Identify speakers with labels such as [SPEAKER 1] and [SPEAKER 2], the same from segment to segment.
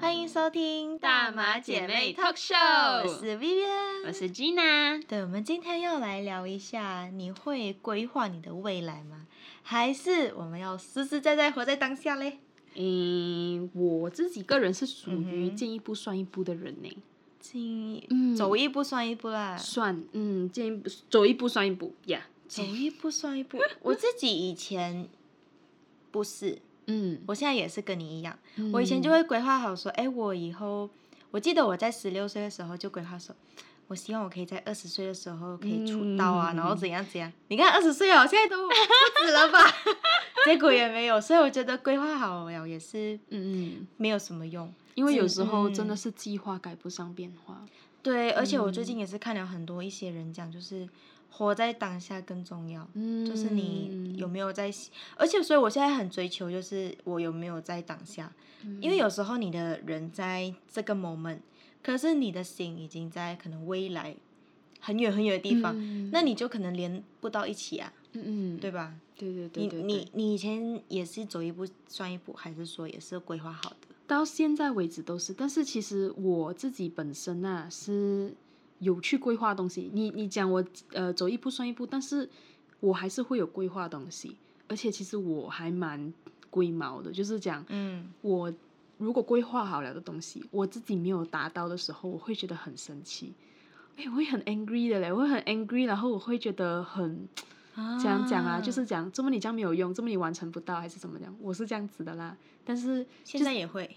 [SPEAKER 1] 欢迎收听
[SPEAKER 2] 大马姐妹 Talk
[SPEAKER 1] 我
[SPEAKER 2] Show，
[SPEAKER 1] 是 Vivian，
[SPEAKER 2] 我是 Gina。
[SPEAKER 1] 对，我们今天要来聊一下，你会规划你的未来吗？还是我们要实实在在活在当下嘞？
[SPEAKER 2] 嗯，我自己个人是属于
[SPEAKER 1] 嗯哼
[SPEAKER 2] 见一步算一步的人呢。
[SPEAKER 1] 进、
[SPEAKER 2] 嗯
[SPEAKER 1] 走一步算一步啦，
[SPEAKER 2] 算，嗯，见一步走一步算一步呀。
[SPEAKER 1] 走一步算一步。 我自己以前不是，
[SPEAKER 2] 嗯，
[SPEAKER 1] 我现在也是跟你一样，我以前就会规划好说，哎，我以后，我记得我在十六岁的时候就规划说，我希望我可以在二十岁的时候可以出道啊，
[SPEAKER 2] 嗯
[SPEAKER 1] 然后怎样怎样。你看二十岁哦，现在都不止了吧？ 结果也没有，所以我觉得规划好了也是
[SPEAKER 2] 嗯，嗯，
[SPEAKER 1] 没有什么用。
[SPEAKER 2] 因为有
[SPEAKER 1] 真
[SPEAKER 2] 时候
[SPEAKER 1] 嗯
[SPEAKER 2] 真的是计划赶不上变化。
[SPEAKER 1] 对，而且我最
[SPEAKER 2] 嗯
[SPEAKER 1] 近也是看了很多一些人讲，就是活在当下更重要。
[SPEAKER 2] 嗯，
[SPEAKER 1] 就是你有没有在，而且所以我现在很追求，就是我有没有在当下，
[SPEAKER 2] 嗯
[SPEAKER 1] 因为有时候你的人在这个 moment，可是你的心已经在可能未来很远很远的地方，
[SPEAKER 2] 嗯
[SPEAKER 1] 那你就可能连不到一起啊，
[SPEAKER 2] 嗯嗯，
[SPEAKER 1] 对吧？
[SPEAKER 2] 对对对对对
[SPEAKER 1] 你你你以前也是走一步算一步，还是说也是规划好的？
[SPEAKER 2] 到现在为止都是，但是其实我自己本身呐、是有去规划东西。你你讲我呃走一步算一步，但是我还是会有规划东西，而且其实我还蛮龟毛的，就是讲
[SPEAKER 1] 嗯
[SPEAKER 2] 我如果规划好了的东西，我自己没有达到的时候，我会觉得很生气，哎，我会很 angry 的嘞，我会很 angry，然后我会觉得很。这样讲啊，就是讲，这么你这样没有用，这么你完成不到，还是怎么样？我是这样子的啦，但是
[SPEAKER 1] 现在也会，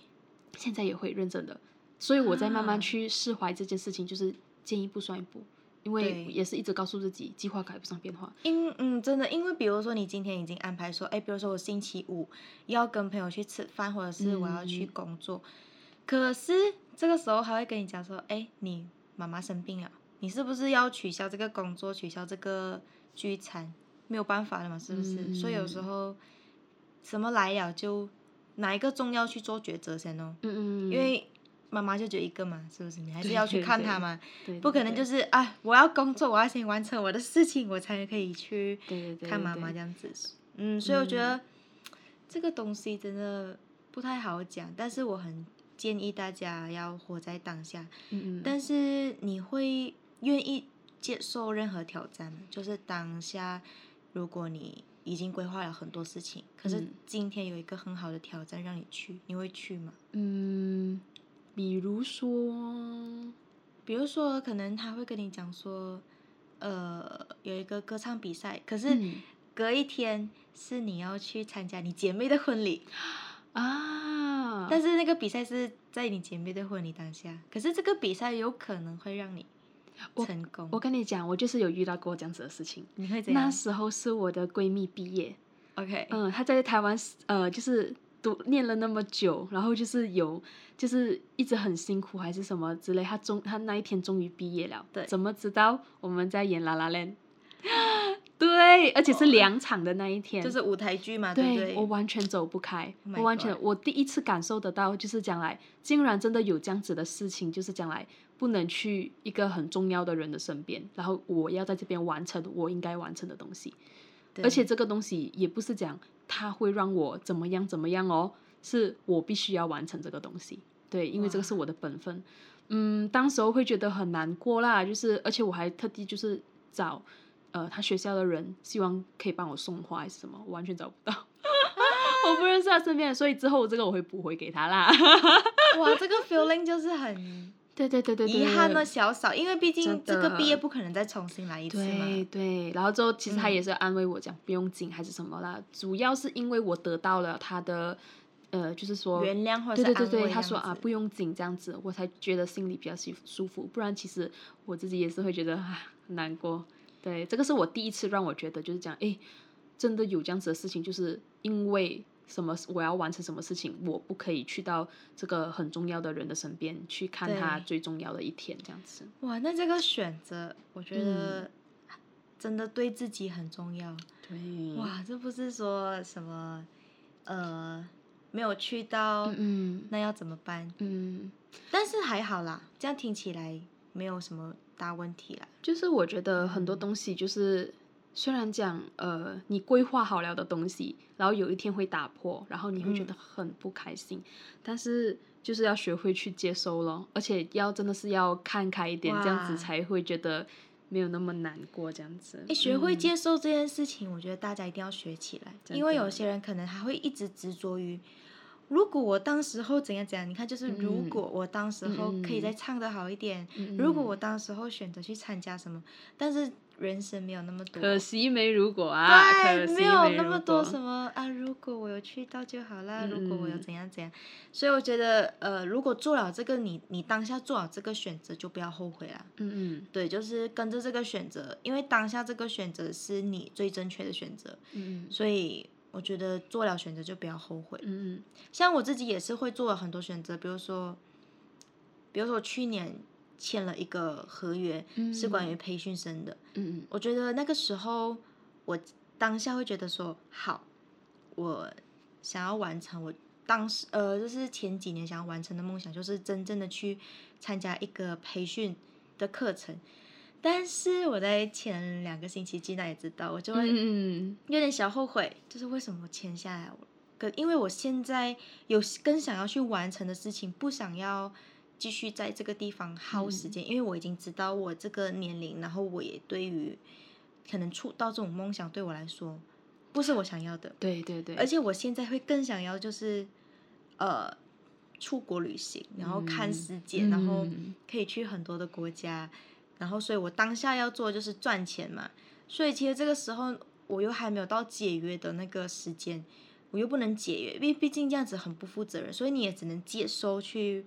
[SPEAKER 2] 现在也会认真的，所以我在慢
[SPEAKER 1] 啊
[SPEAKER 2] 慢去释怀这件事情，就是见一步算一步，因为
[SPEAKER 1] 对
[SPEAKER 2] 也是一直告诉自己，计划赶不上变化。
[SPEAKER 1] 因嗯，真的，因为比如说你今天已经安排说，哎，比如说我星期五要跟朋友去吃饭，或者是我要去
[SPEAKER 2] 嗯
[SPEAKER 1] 工作，可是这个时候还会跟你讲说，哎，你妈妈生病了，你是不是要取消这个工作，取消这个聚餐？没有办法了嘛，是不是？所以有时
[SPEAKER 2] 嗯
[SPEAKER 1] 候什么来了就哪一个重要去做抉择先哦，
[SPEAKER 2] 嗯嗯，
[SPEAKER 1] 因为妈妈就只有一个嘛，是不是？你还是
[SPEAKER 2] 对
[SPEAKER 1] 要去
[SPEAKER 2] 对
[SPEAKER 1] 看
[SPEAKER 2] 对
[SPEAKER 1] 她嘛，
[SPEAKER 2] 对
[SPEAKER 1] 不可能就是啊，我要工作，我要先完成我的事情，我才可以去
[SPEAKER 2] 对对对
[SPEAKER 1] 看妈妈这样子。嗯，所以我觉得这个东西真的不太好讲，但是我很建议大家要活在当下。
[SPEAKER 2] 嗯嗯，
[SPEAKER 1] 但是你会愿意接受任何挑战吗？就是当下，如果你已经规划了很多事情，可是
[SPEAKER 2] 嗯
[SPEAKER 1] 今天有一个很好的挑战让你去，你会去吗？
[SPEAKER 2] 嗯，比如说，
[SPEAKER 1] 比如说，可能他会跟你讲说，呃，有一个歌唱比赛，可是
[SPEAKER 2] 嗯
[SPEAKER 1] 隔一天是你要去参加你姐妹的婚礼，
[SPEAKER 2] 啊，
[SPEAKER 1] 但是那个比赛是在你姐妹的婚礼当下，可是这个比赛有可能会让你
[SPEAKER 2] 我
[SPEAKER 1] 成功，
[SPEAKER 2] 我跟你讲，我就是有遇到过这样子的事情。
[SPEAKER 1] 你会怎
[SPEAKER 2] 那
[SPEAKER 1] 样
[SPEAKER 2] 时候是我的闺蜜毕业，
[SPEAKER 1] ？OK，
[SPEAKER 2] 嗯，他在台湾呃，就是读念了那么久，然后就是有就是一直很辛苦还是什么之类，他终他那一天终于毕业了。
[SPEAKER 1] 对
[SPEAKER 2] 怎么知道我们在演《啦啦 l 对，而且是
[SPEAKER 1] 哦
[SPEAKER 2] 两场的那一天，
[SPEAKER 1] 就是舞台剧嘛，
[SPEAKER 2] 对
[SPEAKER 1] 不对？
[SPEAKER 2] 我完全走不开
[SPEAKER 1] Oh my
[SPEAKER 2] 我完全
[SPEAKER 1] God
[SPEAKER 2] 我第一次感受得到，就是将来竟然真的有这样子的事情，就是将来不能去一个很重要的人的身边，然后我要在这边完成我应该完成的东西。
[SPEAKER 1] 对
[SPEAKER 2] 而且这个东西也不是讲它会让我怎么样怎么样哦，是我必须要完成这个东西。对，因为这个
[SPEAKER 1] 哇
[SPEAKER 2] 是我的本分。嗯，当时候会觉得很难过啦，就是而且我还特地就是找呃他学校的人，希望可以帮我送花还是什么，我完全找不到。 我不认识他身边的，所以之后这个我会补回给他啦。
[SPEAKER 1] 哇，这个 feeling 就是很
[SPEAKER 2] 对对对对对，
[SPEAKER 1] 遗憾的小少，因为毕竟
[SPEAKER 2] 真
[SPEAKER 1] 这
[SPEAKER 2] 的
[SPEAKER 1] 个毕业不可能再重新来一次
[SPEAKER 2] 对
[SPEAKER 1] 嘛。
[SPEAKER 2] 对，然后之后其实他
[SPEAKER 1] 嗯
[SPEAKER 2] 也是安慰我讲、不用紧还是什么啦，主要是因为我得到了他的，呃，就是说
[SPEAKER 1] 原谅或者是
[SPEAKER 2] 对对对
[SPEAKER 1] 安
[SPEAKER 2] 对，
[SPEAKER 1] 慰
[SPEAKER 2] 他
[SPEAKER 1] 这
[SPEAKER 2] 说
[SPEAKER 1] 样
[SPEAKER 2] 啊
[SPEAKER 1] 子
[SPEAKER 2] 不用紧这样子，我才觉得心里比较舒舒服，不然其实我自己也是会觉得啊很难过。对，这个是我第一次让我觉得就是讲，诶，真的有这样子的事情，就是因为什么我要完成什么事情，我不可以去到这个很重要的人的身边去看他
[SPEAKER 1] 对
[SPEAKER 2] 最重要的一天这样子。
[SPEAKER 1] 哇，那这个选择，我觉
[SPEAKER 2] 嗯
[SPEAKER 1] 得真的对自己很重要。
[SPEAKER 2] 对，，
[SPEAKER 1] 哇，这不是说什么呃没有去到，
[SPEAKER 2] 嗯嗯
[SPEAKER 1] 那要怎么办？
[SPEAKER 2] 嗯。
[SPEAKER 1] 但是还好啦，这样听起来没有什么大问题啦。
[SPEAKER 2] 就是我觉得很多
[SPEAKER 1] 嗯
[SPEAKER 2] 东西就是虽然讲呃你规划好了的东西，然后有一天会打破，然后你会觉
[SPEAKER 1] 嗯
[SPEAKER 2] 得很不开心，但是就是要学会去接受咯，而且要真的是要看开一点，这样
[SPEAKER 1] 哇
[SPEAKER 2] 子才会觉得没有那么难过，这样子。
[SPEAKER 1] 诶，学会
[SPEAKER 2] 嗯
[SPEAKER 1] 接受这件事情，我觉得大家一定要学起来，
[SPEAKER 2] 真
[SPEAKER 1] 因为
[SPEAKER 2] 的
[SPEAKER 1] 有些人可能还会一直执着于，如果我当时候怎样怎样，你看，就是如
[SPEAKER 2] 嗯
[SPEAKER 1] 果我当时候可以再
[SPEAKER 2] 嗯嗯
[SPEAKER 1] 唱的好一点，
[SPEAKER 2] 嗯
[SPEAKER 1] 如果
[SPEAKER 2] 嗯
[SPEAKER 1] 我当时候选择去参加什么，但是人生没有那么多，
[SPEAKER 2] 可惜没如果啊，
[SPEAKER 1] 对，
[SPEAKER 2] 可惜
[SPEAKER 1] 没有那么多
[SPEAKER 2] 么。
[SPEAKER 1] 什么啊。如果我有去到就好啦，如果我有
[SPEAKER 2] 嗯嗯
[SPEAKER 1] 怎样怎样，所以我觉得呃，如果做了这个，你你当下做好这个选择，就不要后悔啦。
[SPEAKER 2] 嗯
[SPEAKER 1] 对，就是跟着这个选择，因为当下这个选择是你最正确的选择，
[SPEAKER 2] 嗯嗯
[SPEAKER 1] 所以我觉得做了选择就不要后悔。
[SPEAKER 2] 嗯
[SPEAKER 1] 像我自己也是会做了很多选择，比如说，比如说我去年签了一个合约，是关
[SPEAKER 2] 嗯
[SPEAKER 1] 于培训生的，
[SPEAKER 2] 嗯
[SPEAKER 1] 我觉得那个时候，我当下会觉得说，好，我想要完成我当时呃，就是前几年想要完成的梦想，就是真正的去参加一个培训的课程。但是我在前两个星期，吉娜也知道，我就会
[SPEAKER 2] 嗯
[SPEAKER 1] 有点小后悔，就是为什么我签下来我跟因为我现在有更想要去完成的事情，不想要继续在这个地方耗时
[SPEAKER 2] 嗯
[SPEAKER 1] 间，因为我已经知道我这个年龄，然后我也对于可能触到这种梦想对我来说不是我想要的，
[SPEAKER 2] 对对对，
[SPEAKER 1] 而且我现在会更想要就是呃出国旅行，然后看
[SPEAKER 2] 嗯
[SPEAKER 1] 世界，然后
[SPEAKER 2] 嗯
[SPEAKER 1] 可以去很多的国家，然后所以我当下要做就是赚钱嘛，所以其实这个时候我又还没有到解约的那个时间，我又不能解约，因为毕竟这样子很不负责任，所以你也只能接收去，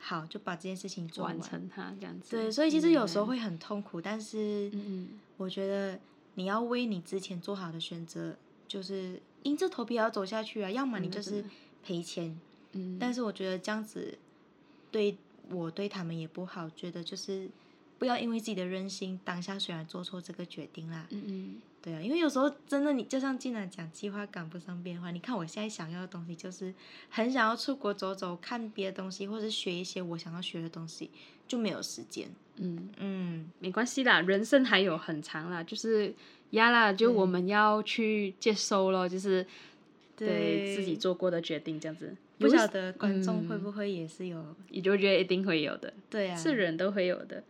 [SPEAKER 1] 好就把这件事情做
[SPEAKER 2] 完成它这样子。
[SPEAKER 1] 对，所以其实有时候
[SPEAKER 2] 嗯
[SPEAKER 1] 会很痛苦，但是
[SPEAKER 2] 嗯嗯
[SPEAKER 1] 我觉得你要为你之前做好的选择，就是硬着头皮也要走下去啊，要么你
[SPEAKER 2] 真的
[SPEAKER 1] 就是
[SPEAKER 2] 真的
[SPEAKER 1] 赔钱，
[SPEAKER 2] 嗯，
[SPEAKER 1] 但是我觉得这样子对我对他们也不好，觉得就是不要因为自己的任性，当下虽然做错这个决定啦，
[SPEAKER 2] 嗯嗯
[SPEAKER 1] 对啊，因为有时候真的你就像进来讲，计划赶不上变化。你看我现在想要的东西就是很想要出国走走，看别的东西，或者学一些我想要学的东西，就没有时间。
[SPEAKER 2] 嗯。
[SPEAKER 1] 嗯，
[SPEAKER 2] 没关系啦，人生还有很长啦，就是呀啦，就我
[SPEAKER 1] 对
[SPEAKER 2] 们要去接收咯，就是对自己
[SPEAKER 1] 对
[SPEAKER 2] 做过的决定这样子。
[SPEAKER 1] 不
[SPEAKER 2] 有
[SPEAKER 1] 晓
[SPEAKER 2] 时
[SPEAKER 1] 得观众会
[SPEAKER 2] 嗯
[SPEAKER 1] 不会也是有？
[SPEAKER 2] 你就觉得一定会有的，
[SPEAKER 1] 对啊，
[SPEAKER 2] 是人都会有的。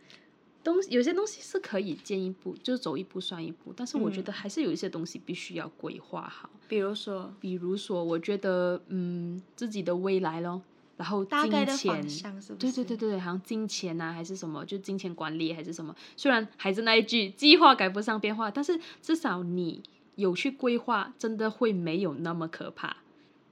[SPEAKER 2] 东有些东西是可以见一步，就是走一步算一步，但是我觉
[SPEAKER 1] 嗯
[SPEAKER 2] 得还是有一些东西必须要规划好。
[SPEAKER 1] 比如说
[SPEAKER 2] 比如说，我觉得嗯自己的未来咯，然后
[SPEAKER 1] 大概的
[SPEAKER 2] 金钱
[SPEAKER 1] 方向是不
[SPEAKER 2] 对
[SPEAKER 1] 是？
[SPEAKER 2] 对对对，好像金钱啊，还是什么，就金钱管理还是什么。虽然还是那一句，计划赶不上变化，但是至少你有去规划，真的会没有那么可怕。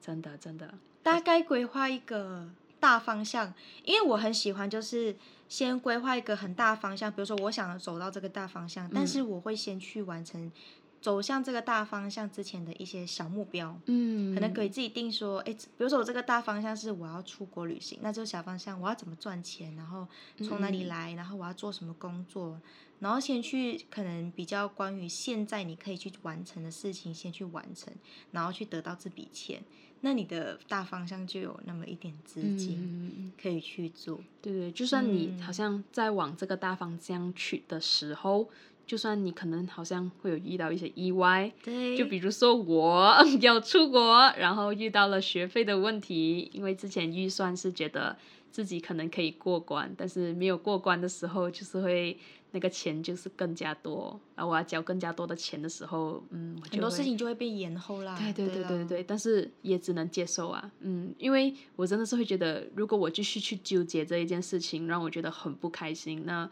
[SPEAKER 2] 真的真的，
[SPEAKER 1] 大概规划一个大方向，因为我很喜欢，就是先规划一个很大方向，比如说我想走到这个大方向，但是
[SPEAKER 2] 嗯
[SPEAKER 1] 我会先去完成走向这个大方向之前的一些小目标。
[SPEAKER 2] 嗯
[SPEAKER 1] 可能给自己定说，诶，比如说我这个大方向是我要出国旅行，那这个小方向我要怎么赚钱，然后从哪里
[SPEAKER 2] 嗯嗯
[SPEAKER 1] 来，然后我要做什么工作，然后先去可能比较关于现在你可以去完成的事情先去完成，然后去得到这笔钱，那你的大方向就有那么一点资
[SPEAKER 2] 嗯
[SPEAKER 1] 金
[SPEAKER 2] 嗯嗯
[SPEAKER 1] 可以去做。
[SPEAKER 2] 对对，就算你
[SPEAKER 1] 嗯
[SPEAKER 2] 好像在往这个大方向去的时候，就算你可能好像会有遇到一些意外，
[SPEAKER 1] 对，
[SPEAKER 2] 就比如说我嗯要出国，然后遇到了学费的问题，因为之前预算是觉得自己可能可以过关，但是没有过关的时候，就是会那个钱就是更加多，然后我要交更加多的钱的时候，嗯，我就
[SPEAKER 1] 很多事
[SPEAKER 2] 会
[SPEAKER 1] 情嗯就会被延后啦。
[SPEAKER 2] 对对对
[SPEAKER 1] 啦
[SPEAKER 2] 对对，但是也只能接受啊，嗯，因为我真的是会觉得，如果我继续去纠结这一件事情，让我觉得很不开心，那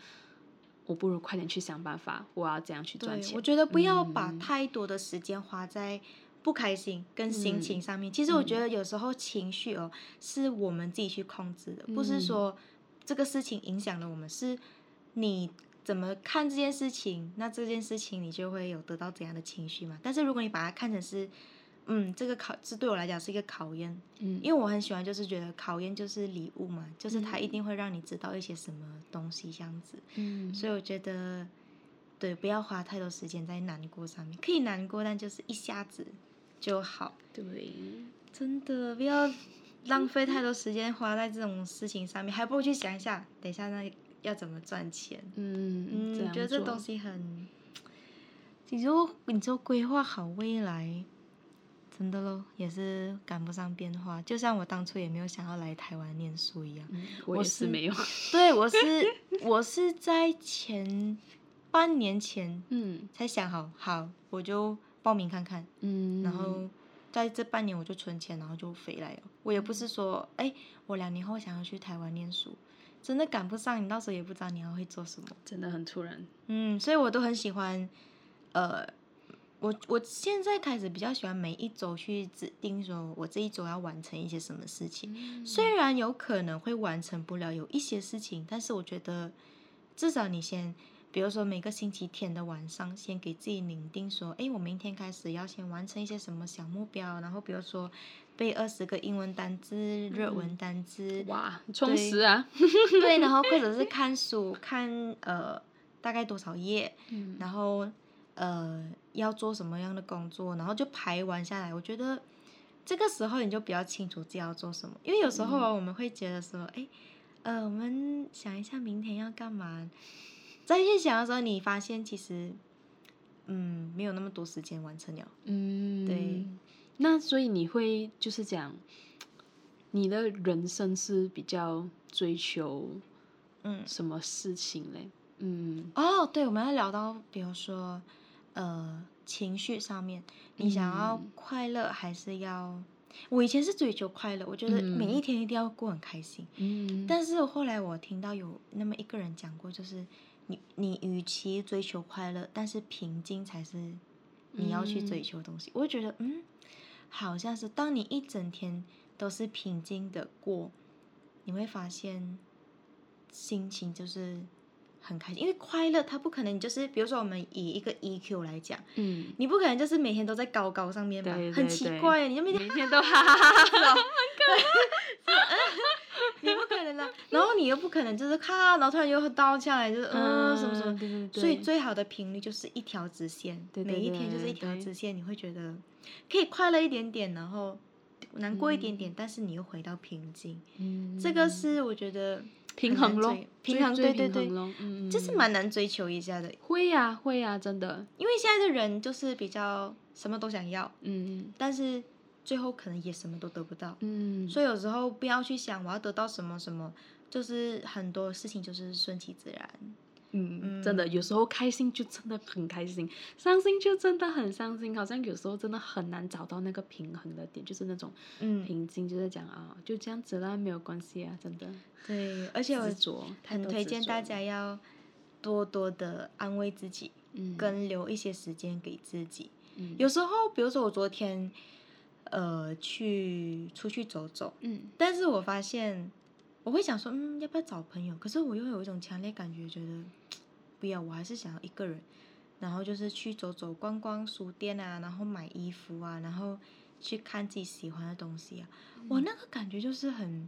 [SPEAKER 2] 我不如快点去想办法，我要怎样去赚
[SPEAKER 1] 对，
[SPEAKER 2] 钱。
[SPEAKER 1] 我觉得不要把
[SPEAKER 2] 嗯
[SPEAKER 1] 太多的时间花在不开心跟心情
[SPEAKER 2] 嗯
[SPEAKER 1] 上面。其实我觉
[SPEAKER 2] 嗯
[SPEAKER 1] 得有时候情绪哦，是我们自己去控制的，不是
[SPEAKER 2] 嗯
[SPEAKER 1] 说这个事情影响了我们，是你。怎么看这件事情？那这件事情你就会有得到怎样的情绪嘛？但是如果你把它看成是，嗯，这个考是对我来讲是一个考验，
[SPEAKER 2] 嗯，
[SPEAKER 1] 因为我很喜欢，就是觉得考验就是礼物嘛，就是它一
[SPEAKER 2] 嗯
[SPEAKER 1] 定会让你知道一些什么东西这样子。
[SPEAKER 2] 嗯
[SPEAKER 1] 所以我觉得，对，不要花太多时间在难过上面，可以难过，但就是一下子就好。
[SPEAKER 2] 对，
[SPEAKER 1] 真的不要浪费太多时间花在这种事情上面，还不如去想一下，等一下那要怎么赚钱。
[SPEAKER 2] 嗯，
[SPEAKER 1] 嗯，觉得这
[SPEAKER 2] 做
[SPEAKER 1] 东西很你就你就规划好未来，真的咯，也是赶不上变化。就像我当初也没有想要来台湾念书一样，
[SPEAKER 2] 嗯
[SPEAKER 1] 我
[SPEAKER 2] 我也
[SPEAKER 1] 是
[SPEAKER 2] 是没有。
[SPEAKER 1] 对我是我是在前半年前
[SPEAKER 2] 嗯
[SPEAKER 1] 才想好，好我就报名看看，
[SPEAKER 2] 嗯，
[SPEAKER 1] 然后在这半年我就存钱，然后就回来了。我也不是说，哎，我两年后想要去台湾念书，真的赶不上，你到时候也不知道你要会做什么。
[SPEAKER 2] 真的很突然。
[SPEAKER 1] 嗯，所以我都很喜欢，呃，我我现在开始比较喜欢每一周去指定说，我这一周要完成一些什么事情。虽然有可能会完成不了有一些事情，但是我觉得至少你先，比如说每个星期天的晚上，先给自己拟定说，诶，我明天开始要先完成一些什么小目标，然后比如说背二十个英文单词、日文单词，
[SPEAKER 2] 哇，充
[SPEAKER 1] 对
[SPEAKER 2] 实啊！
[SPEAKER 1] 对，然后或者是看书，看呃大概多少页，
[SPEAKER 2] 嗯
[SPEAKER 1] 然后呃要做什么样的工作，然后就排完下来。我觉得这个时候你就比较清楚自己要做什么，因为有时候
[SPEAKER 2] 嗯
[SPEAKER 1] 啊我们会觉得说，哎，呃，我们想一下明天要干嘛，再去想的时候，你发现其实嗯没有那么多时间完成了。
[SPEAKER 2] 嗯，
[SPEAKER 1] 对。
[SPEAKER 2] 那所以你会就是讲，你的人生是比较追求
[SPEAKER 1] 嗯，
[SPEAKER 2] 什么事情嘞？嗯
[SPEAKER 1] 哦，对，我们要聊到，比如说，呃，情绪上面，你想要
[SPEAKER 2] 嗯
[SPEAKER 1] 快乐还是要？我以前是追求快乐，我觉得每一
[SPEAKER 2] 嗯
[SPEAKER 1] 天一定要过很开心。
[SPEAKER 2] 嗯，
[SPEAKER 1] 但是后来我听到有那么一个人讲过，就是你你与其追求快乐，但是平静才是你要去追
[SPEAKER 2] 嗯
[SPEAKER 1] 求的东西。我就觉得，嗯，好像是当你一整天都是平静的过，你会发现心情就是很开心，因为快乐它不可能就是，比如说我们以一个 EQ 来讲，
[SPEAKER 2] 嗯，
[SPEAKER 1] 你不可能就是每天都在高高上面吧，
[SPEAKER 2] 对
[SPEAKER 1] 很
[SPEAKER 2] 对
[SPEAKER 1] 奇
[SPEAKER 2] 对
[SPEAKER 1] 怪，你就每天
[SPEAKER 2] 每天都哈哈哈哈哈
[SPEAKER 1] 你不可能的。 然后你又不可能就是咔，然后突然又倒下来，就是嗯什么什么。
[SPEAKER 2] 对对对，
[SPEAKER 1] 所以最好的频率就是一条直线，
[SPEAKER 2] 对对
[SPEAKER 1] 每一天就是一条
[SPEAKER 2] 对
[SPEAKER 1] 直线，你会觉得可以快乐一点点，然后难过一点点，但是你又回到平静。
[SPEAKER 2] 嗯
[SPEAKER 1] 这个是我觉得
[SPEAKER 2] 平
[SPEAKER 1] 很难
[SPEAKER 2] 衡咯
[SPEAKER 1] 追，
[SPEAKER 2] 最
[SPEAKER 1] 平衡
[SPEAKER 2] 最
[SPEAKER 1] 对对
[SPEAKER 2] 平
[SPEAKER 1] 对
[SPEAKER 2] 衡咯，嗯，
[SPEAKER 1] 这是
[SPEAKER 2] 嗯
[SPEAKER 1] 蛮难追求一下的，
[SPEAKER 2] 会呀、会呀、真的，
[SPEAKER 1] 因为现在的人就是比较什么都想要，
[SPEAKER 2] 嗯
[SPEAKER 1] 但是最后可能也什么都得不到。
[SPEAKER 2] 嗯，
[SPEAKER 1] 所以有时候不要去想我要得到什么什么，就是很多事情就是顺其自然。
[SPEAKER 2] 嗯，真的，有时候开心就真的很开心，伤心就真的很伤心，好像有时候真的很难找到那个平衡的点，就是那种
[SPEAKER 1] 嗯，
[SPEAKER 2] 平静，就是讲啊，就这样子啦，没有关系啊，真的。
[SPEAKER 1] 对，而且我
[SPEAKER 2] 执着，太
[SPEAKER 1] 很
[SPEAKER 2] 多
[SPEAKER 1] 推
[SPEAKER 2] 执
[SPEAKER 1] 荐
[SPEAKER 2] 着
[SPEAKER 1] 大
[SPEAKER 2] 了，
[SPEAKER 1] 家要多多的安慰自己，
[SPEAKER 2] 嗯，
[SPEAKER 1] 跟留一些时间给自己。
[SPEAKER 2] 嗯
[SPEAKER 1] 有时候，比如说我昨天，呃，去出去走走，
[SPEAKER 2] 嗯
[SPEAKER 1] 但是我发现我会想说，嗯，要不要找朋友？可是我又有一种强烈感觉，觉得不要，我还是想要一个人。然后就是去走走、逛逛书店啊，然后买衣服啊，然后去看自己喜欢的东西啊。我那个感觉就是很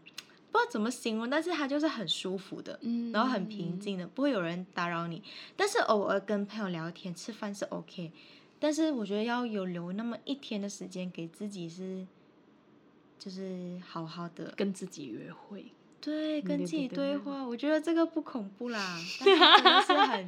[SPEAKER 1] 不知道怎么形容，但是它就是很舒服的。
[SPEAKER 2] 嗯，
[SPEAKER 1] 然后很平静的，不会有人打扰你。但是偶尔跟朋友聊天、吃饭是 OK，但是我觉得要有留那么一天的时间给自己是，就是好好的
[SPEAKER 2] 跟自己约会，
[SPEAKER 1] 对
[SPEAKER 2] 嗯对
[SPEAKER 1] 跟自己
[SPEAKER 2] 对对
[SPEAKER 1] 对话。我觉得这个不恐怖 啦，但是真的是很，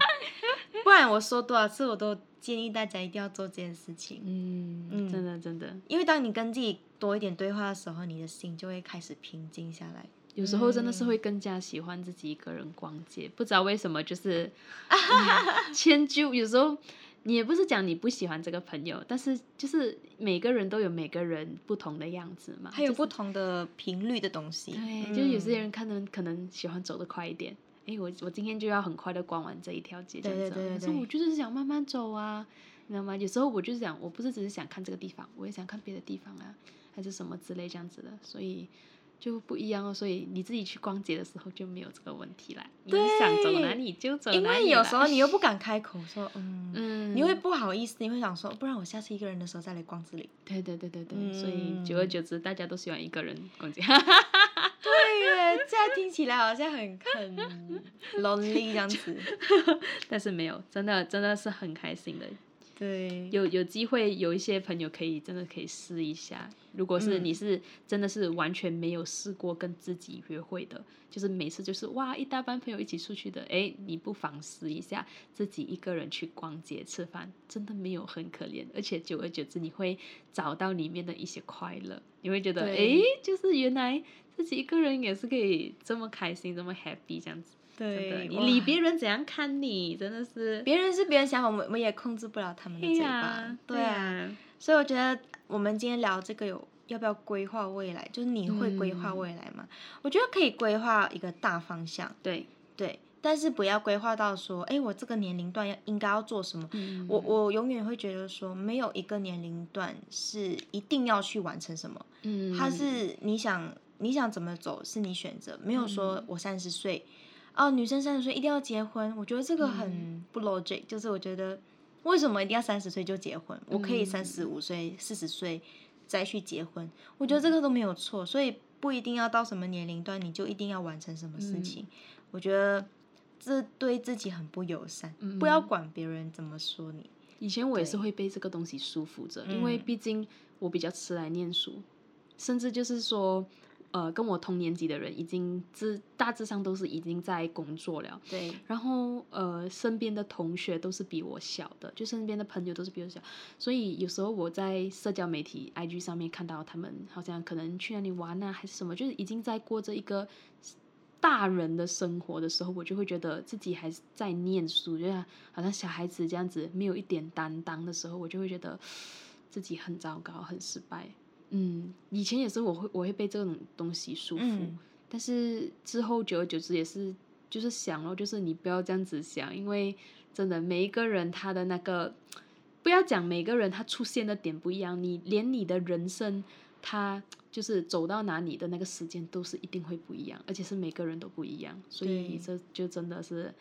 [SPEAKER 1] 不然我说多少次我都建议大家一定要做这件事情，
[SPEAKER 2] 嗯，
[SPEAKER 1] 嗯
[SPEAKER 2] 真的真的，
[SPEAKER 1] 因为当你跟自己多一点对话的时候，你的心就会开始平静下来。
[SPEAKER 2] 有时候真的是
[SPEAKER 1] 嗯
[SPEAKER 2] 会更加喜欢自己一个人逛街，不知道为什么就是、嗯迁就。有时候你也不是讲你不喜欢这个朋友，但是就是每个人都有每个人不同的样子嘛。
[SPEAKER 1] 还有
[SPEAKER 2] 就是
[SPEAKER 1] 不同的频率的东西，
[SPEAKER 2] 对，就是有
[SPEAKER 1] 嗯
[SPEAKER 2] 些人可能可能喜欢走得快一点。诶，我我今天就要很快的逛完这一条街，这
[SPEAKER 1] 对
[SPEAKER 2] 样子啊。
[SPEAKER 1] 对对对
[SPEAKER 2] 可是我
[SPEAKER 1] 对
[SPEAKER 2] 就是想慢慢走啊，你知道吗？有时候我就是想，我不是只是想看这个地方，我也想看别的地方啊，还是什么之类这样子的，所以就不一样哦。所以你自己去逛街的时候就没有这个问题啦，你想走
[SPEAKER 1] 对
[SPEAKER 2] 哪里就走哪里
[SPEAKER 1] 因
[SPEAKER 2] 啦。
[SPEAKER 1] 为有时候你又不敢开口 说，嗯，
[SPEAKER 2] 嗯，
[SPEAKER 1] 你会不好意思，你会想说，不然我下次一个人的时候再来逛这里。
[SPEAKER 2] 对对对对对，所以久而
[SPEAKER 1] 嗯
[SPEAKER 2] 久之，大家都喜欢一个人逛街，
[SPEAKER 1] 对耶，这样听起来好像很 很 lonely 这样子。
[SPEAKER 2] 但是没有，真的真的是很开心的。
[SPEAKER 1] 对，
[SPEAKER 2] 有有机会有一些朋友可以真的可以试一下。如果是
[SPEAKER 1] 嗯
[SPEAKER 2] 你是真的是完全没有试过跟自己约会的，就是每次就是哇一大班朋友一起出去的，哎，你不妨试一下自己一个人去逛街吃饭，真的没有很可怜，而且久而久之你会找到里面的一些快乐，你会觉得
[SPEAKER 1] 对
[SPEAKER 2] 哎，诶就是原来自己一个人也是可以这么开心，这么 happy 这样子。真的，
[SPEAKER 1] 对，
[SPEAKER 2] 你
[SPEAKER 1] 哇
[SPEAKER 2] 理别人怎样看你，真的是
[SPEAKER 1] 别人是别人想法，我们我们也控制不了他们的
[SPEAKER 2] 对
[SPEAKER 1] 嘴
[SPEAKER 2] 呀、
[SPEAKER 1] 巴。
[SPEAKER 2] 对呀、
[SPEAKER 1] 啊，所以我觉得我们今天聊这个有要不要规划未来，就是你会规划
[SPEAKER 2] 嗯
[SPEAKER 1] 未来吗？我觉得可以规划一个大方向，
[SPEAKER 2] 对，
[SPEAKER 1] 对，但是不要规划到说，哎，我这个年龄段要应该要做什么。
[SPEAKER 2] 嗯
[SPEAKER 1] 我我永远会觉得说，没有一个年龄段是一定要去完成什么，
[SPEAKER 2] 嗯，
[SPEAKER 1] 它是你想你想怎么走是你选择，没有说
[SPEAKER 2] 嗯
[SPEAKER 1] 我三十岁，哦、女生三十岁一定要结婚，我觉得这个很
[SPEAKER 2] 嗯
[SPEAKER 1] 不 logic，、就是我觉得为什么一定要三十岁就结婚？我可以三十
[SPEAKER 2] 嗯
[SPEAKER 1] 五岁、四十岁再去结婚，我觉得这
[SPEAKER 2] 嗯
[SPEAKER 1] 个都没有错，所以不一定要到什么年龄段你就一定要完成什么事
[SPEAKER 2] 嗯
[SPEAKER 1] 情，我觉得这对自己很不友善，不要
[SPEAKER 2] 嗯
[SPEAKER 1] 管别人怎么说你。
[SPEAKER 2] 以前我也是
[SPEAKER 1] 对
[SPEAKER 2] 会被这个东西束缚着，因为
[SPEAKER 1] 嗯
[SPEAKER 2] 毕竟我比较迟来念书，甚至就是说，呃，跟我同年级的人已经自大致上都是已经在工作了。
[SPEAKER 1] 对，
[SPEAKER 2] 然后呃，身边的同学都是比我小的，就身边的朋友都是比我小，所以有时候我在社交媒体 IG 上面看到他们好像可能去哪里玩啊，还是什么，就是已经在过着一个大人的生活的时候，我就会觉得自己还是在念书，就像好像小孩子这样子，没有一点担当的时候，我就会觉得自己很糟糕，很失败。嗯，以前也是我会我会被这种东西束缚。
[SPEAKER 1] 嗯，
[SPEAKER 2] 但是之后久而久之也是就是想咯，就是你不要这样子想，因为真的每一个人他的那个，不要讲每个人他出现的点不一样，你连你的人生他就是走到哪里的那个时间都是一定会不一样，而且是每个人都不一样，所以
[SPEAKER 1] 对
[SPEAKER 2] 这就真的是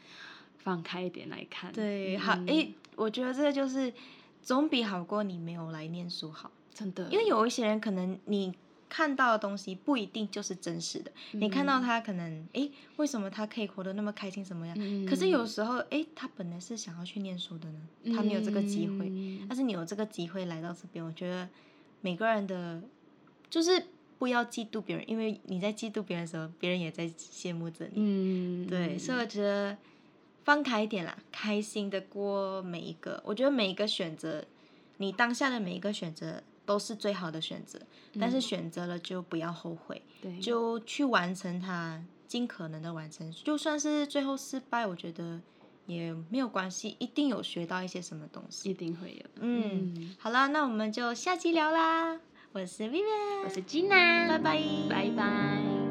[SPEAKER 2] 放开一点来看。
[SPEAKER 1] 对，好，
[SPEAKER 2] 嗯
[SPEAKER 1] 诶，我觉得这个就是总比好过你没有来念书好，
[SPEAKER 2] 真的，
[SPEAKER 1] 因为有一些人可能你看到的东西不一定就是真实的，你看到
[SPEAKER 2] 嗯
[SPEAKER 1] 他可能诶，为什么他可以活得那么开心，什么样？
[SPEAKER 2] 嗯，
[SPEAKER 1] 可是有时候诶，他本来是想要去念书的呢，他没有这个机会，
[SPEAKER 2] 嗯
[SPEAKER 1] 但是你有这个机会来到这边，我觉得每个人的就是不要嫉妒别人，因为你在嫉妒别人的时候，别人也在羡慕着你。
[SPEAKER 2] 嗯，
[SPEAKER 1] 对，所以我觉得放开一点啦，开心的过每一个。我觉得每一个选择，你当下的每一个选择都是最好的选择，但是
[SPEAKER 2] 嗯
[SPEAKER 1] 选择了就不要后悔，
[SPEAKER 2] 对
[SPEAKER 1] 就去完成它，尽可能的完成。就算是最后失败，我觉得也没有关系，一定有学到一些什么东
[SPEAKER 2] 一
[SPEAKER 1] 西。
[SPEAKER 2] 定会有的。
[SPEAKER 1] 嗯，好啦，那我们就下期聊啦。我是 Vivian，
[SPEAKER 2] 我是 Gina，
[SPEAKER 1] 拜拜，
[SPEAKER 2] 拜拜。